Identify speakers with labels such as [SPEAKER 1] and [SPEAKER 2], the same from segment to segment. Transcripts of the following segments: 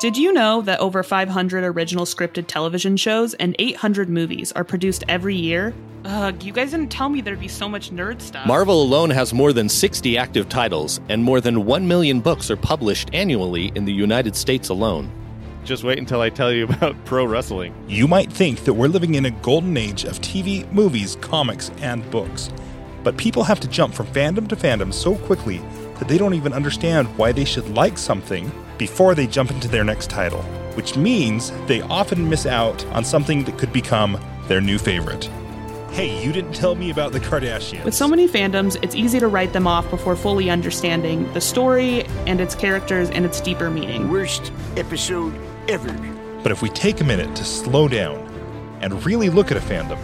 [SPEAKER 1] Did you know that over 500 original scripted television shows and 800 movies are produced every year? Ugh, you guys didn't tell me there'd be so much nerd stuff.
[SPEAKER 2] Marvel alone has more than 60 active titles, and more than 1 million books are published annually in the United States alone.
[SPEAKER 3] Just wait until I tell you about pro wrestling.
[SPEAKER 4] You might think that we're living in a golden age of TV, movies, comics, and books. But people have to jump from fandom to fandom so quickly that they don't even understand why they should like something before they jump into their next title, which means they often miss out on something that could become their new favorite. Hey, you didn't tell me about the Kardashians.
[SPEAKER 1] With so many fandoms, it's easy to write them off before fully understanding the story and its characters and its deeper meaning.
[SPEAKER 5] Worst episode ever.
[SPEAKER 4] But if we take a minute to slow down and really look at a fandom,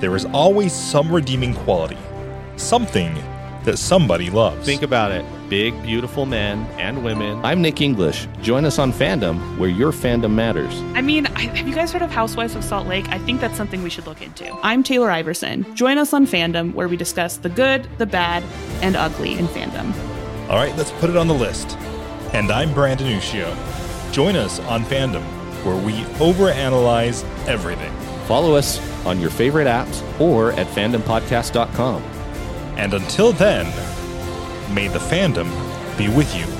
[SPEAKER 4] there is always some redeeming quality, something that somebody loves.
[SPEAKER 3] Think about it. Big, beautiful men and women.
[SPEAKER 2] I'm Nick English. Join us on Fandom, where your fandom matters.
[SPEAKER 1] I mean, I- have you guys heard of Housewives of Salt Lake? I think that's something we should look into. I'm Taylor Iverson. Join us on Fandom, where we discuss the good, the bad, and ugly in fandom.
[SPEAKER 4] All right, let's put it on the list. And I'm Brandon Uccio. Join us on Fandom, where we overanalyze everything.
[SPEAKER 2] Follow us on your favorite apps or at fandompodcast.com.
[SPEAKER 4] And until then, may the fandom be with you.